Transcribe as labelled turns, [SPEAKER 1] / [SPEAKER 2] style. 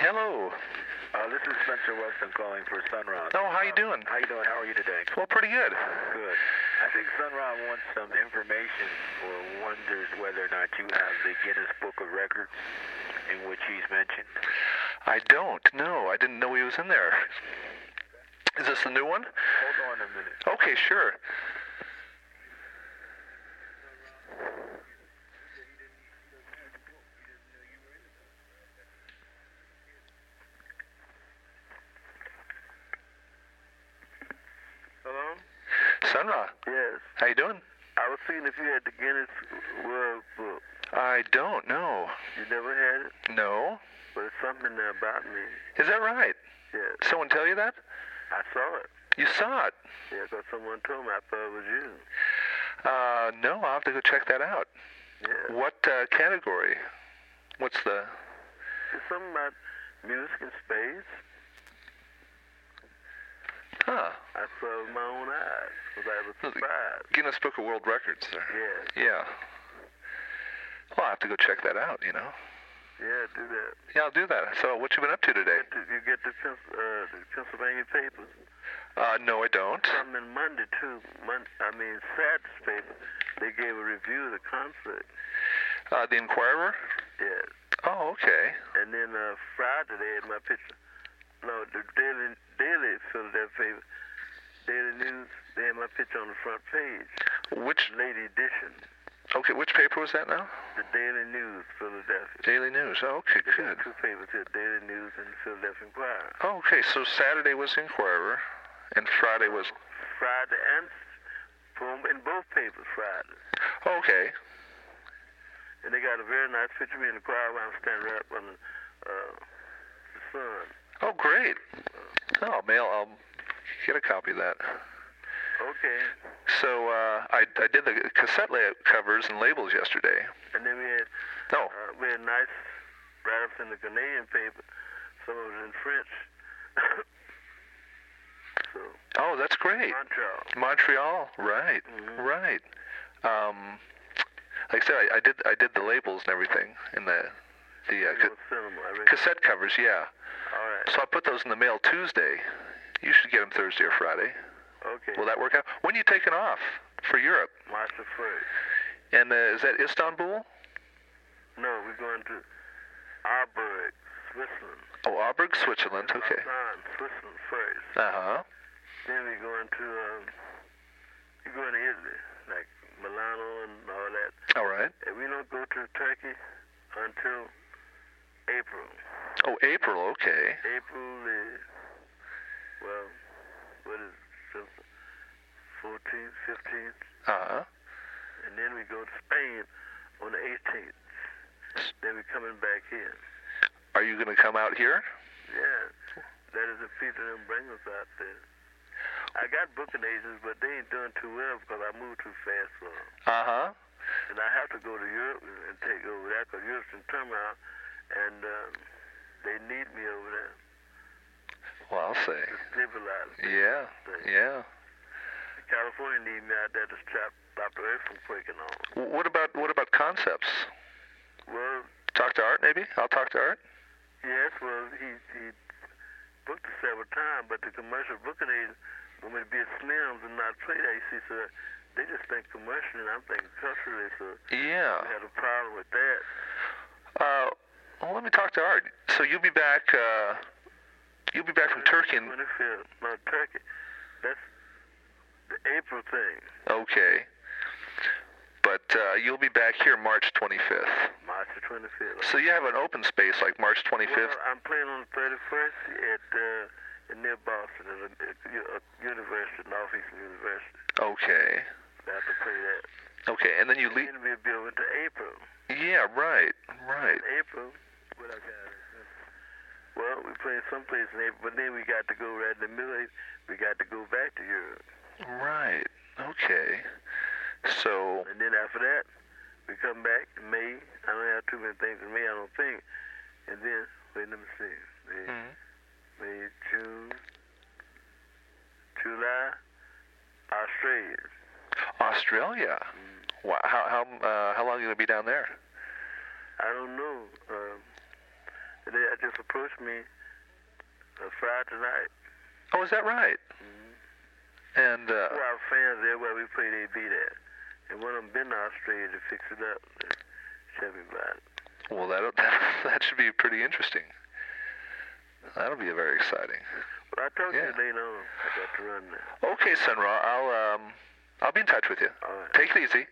[SPEAKER 1] Hello.
[SPEAKER 2] Uh, this is Spencer Weston calling for Sunron.
[SPEAKER 1] Oh, how you doing?
[SPEAKER 2] How you doing? How are you today?
[SPEAKER 1] Well, pretty good.
[SPEAKER 2] Good. I think Sunron wants some information or wonders whether or not you have the Guinness Book of Records in which he's mentioned.
[SPEAKER 1] I don't. No, I didn't know he was in there. Is this the new one?
[SPEAKER 2] Hold on a minute.
[SPEAKER 1] Okay, sure.
[SPEAKER 2] Hello?
[SPEAKER 1] Sunra,
[SPEAKER 2] Yes.
[SPEAKER 1] how you doing?
[SPEAKER 2] I was seeing if you had the Guinness World Book.
[SPEAKER 1] I don't know.
[SPEAKER 2] You never had it,
[SPEAKER 1] No.
[SPEAKER 2] but it's something about me.
[SPEAKER 1] Is that right?
[SPEAKER 2] Yes.
[SPEAKER 1] Someone tell you that?
[SPEAKER 2] I saw it.
[SPEAKER 1] You saw it?
[SPEAKER 2] Yeah, because someone told me. I thought it was you.
[SPEAKER 1] Uh, no, I'll have to go check that out.
[SPEAKER 2] Yeah.
[SPEAKER 1] What uh, category? What's the?
[SPEAKER 2] It's something about music and space.
[SPEAKER 1] Huh?
[SPEAKER 2] I saw it with my own eyes because I was surprised.
[SPEAKER 1] Guinness Book of World Records. There.
[SPEAKER 2] Yeah,
[SPEAKER 1] Yeah. Well, I'll have to go check that out. You know.
[SPEAKER 2] yeah, do that.
[SPEAKER 1] Yeah, I'll do that. So, what you been up to today?
[SPEAKER 2] Get the, you get the, Pens- uh, the Pennsylvania papers.
[SPEAKER 1] Uh, no, I don't.
[SPEAKER 2] Something Monday, too. Mon- I mean, Saturday's paper. They gave a review of the concert.
[SPEAKER 1] Uh, the Inquirer.
[SPEAKER 2] Yes.
[SPEAKER 1] Oh, okay.
[SPEAKER 2] And then uh, Friday they had my picture. No, the Daily Daily Philadelphia Daily News they had my picture on the front page,
[SPEAKER 1] Which?
[SPEAKER 2] late edition.
[SPEAKER 1] Okay, which paper was that now?
[SPEAKER 2] The Daily News Philadelphia.
[SPEAKER 1] Daily News. Oh, okay,
[SPEAKER 2] They
[SPEAKER 1] good.
[SPEAKER 2] got two papers here: Daily News and the Philadelphia Inquirer.
[SPEAKER 1] Oh, okay, so Saturday was the Inquirer, and Friday was.
[SPEAKER 2] Friday and from in both papers Friday.
[SPEAKER 1] Okay.
[SPEAKER 2] And they got a very nice picture of me in the choir where I'm standing right up on the, uh, the sun.
[SPEAKER 1] Oh, great. Oh, mail. I'll get a copy of that.
[SPEAKER 2] Okay.
[SPEAKER 1] So uh, I, I did the cassette la- covers and labels yesterday. Oh,
[SPEAKER 2] And then we had
[SPEAKER 1] No.
[SPEAKER 2] Uh, we had nice write-ups in the Canadian paper. Some of it in French. so,
[SPEAKER 1] Oh, that's great.
[SPEAKER 2] Montreal.
[SPEAKER 1] Montreal. Right.
[SPEAKER 2] Mhm.
[SPEAKER 1] Right. Um, like I said, I, I did I did the labels and everything and the the uh,
[SPEAKER 2] Cinema,
[SPEAKER 1] ca-
[SPEAKER 2] cinema. I reckon.
[SPEAKER 1] cassette covers. Yeah.
[SPEAKER 2] All right.
[SPEAKER 1] So I put those in the mail Tuesday. You should get them Thursday or Friday.
[SPEAKER 2] Okay.
[SPEAKER 1] Will that work out? When are you taking off for Europe?
[SPEAKER 2] March the first.
[SPEAKER 1] And uh, is that Istanbul?
[SPEAKER 2] No, we're going to Arburg, Switzerland.
[SPEAKER 1] Oh, Auburg, Switzerland. Okay.
[SPEAKER 2] Lausanne, Switzerland first.
[SPEAKER 1] Uh huh.
[SPEAKER 2] Then we're going to um, we're going to Italy, like Milano and all that.
[SPEAKER 1] All right.
[SPEAKER 2] And we don't go to Turkey until April.
[SPEAKER 1] Oh, April. Okay.
[SPEAKER 2] April the well, what is it? Fourteenth, fifteenth,
[SPEAKER 1] Uh huh.
[SPEAKER 2] and then we go to Spain on the eighteenth. Then we're coming back here.
[SPEAKER 1] Are you going to come out here?
[SPEAKER 2] Yeah, that is a feat of them bring us out there. I got booking agents, but they ain't doing too well because I move too fast for 'em.
[SPEAKER 1] Uh huh.
[SPEAKER 2] And I have to go to Europe and and take over there because Europe's in turmoil, and um, they need me over there
[SPEAKER 1] Well, I'll say.
[SPEAKER 2] to stabilize
[SPEAKER 1] Yeah.
[SPEAKER 2] things.
[SPEAKER 1] Yeah.
[SPEAKER 2] California need me out there to stop, stop the earth from quaking on.
[SPEAKER 1] W- What about what about concepts?
[SPEAKER 2] Well,
[SPEAKER 1] Talk to Art, maybe. I'll talk to Art.
[SPEAKER 2] yes, well, he, he booked it several times, but the commercial booking agent want me to be a Slims and not trade agency, so they just think commercially, and I'm thinking culturally, so we
[SPEAKER 1] Yeah.
[SPEAKER 2] had a problem with that.
[SPEAKER 1] Uh, well, let me talk to Art. So you'll be back. Uh, you'll be back from Turkey. In,
[SPEAKER 2] 25th, no, Turkey. That's the April thing,
[SPEAKER 1] okay. But uh, you'll be back here March 25th.
[SPEAKER 2] March the 25th.
[SPEAKER 1] So you have an open space like March 25th.
[SPEAKER 2] Well, I'm playing on the 31st at uh, near Boston at a, at a university, Northeastern University.
[SPEAKER 1] Okay.
[SPEAKER 2] I have to play that.
[SPEAKER 1] Okay. And then you leave.
[SPEAKER 2] Then we'll be over to April.
[SPEAKER 1] Yeah. Right. Right.
[SPEAKER 2] In April, what I got is this. Well, we played someplace in April, but then we got to go right in the middle. of April. We got to go back to Europe,
[SPEAKER 1] Right. Okay. So.
[SPEAKER 2] and then after that, we come back in May. I don't have too many things in May, I don't think. And then wait, let me see. May,
[SPEAKER 1] Mhm.
[SPEAKER 2] May, June, July, Australia.
[SPEAKER 1] Australia. Wow. How how uh, how long are you gonna be down there?
[SPEAKER 2] I don't know. Um, and they had just approached me uh, Friday night.
[SPEAKER 1] Oh, is that right? And uh,
[SPEAKER 2] Two of our fans everywhere we play, they beat at. And one of them been to Australia to fix it up and tell me about it.
[SPEAKER 1] well, that that that should be pretty interesting. That'll be very exciting.
[SPEAKER 2] But I told you
[SPEAKER 1] Yeah.
[SPEAKER 2] later on, I got to run now.
[SPEAKER 1] Okay, Sunra, I'll um, I'll be in touch with you.
[SPEAKER 2] All right.
[SPEAKER 1] Take it easy.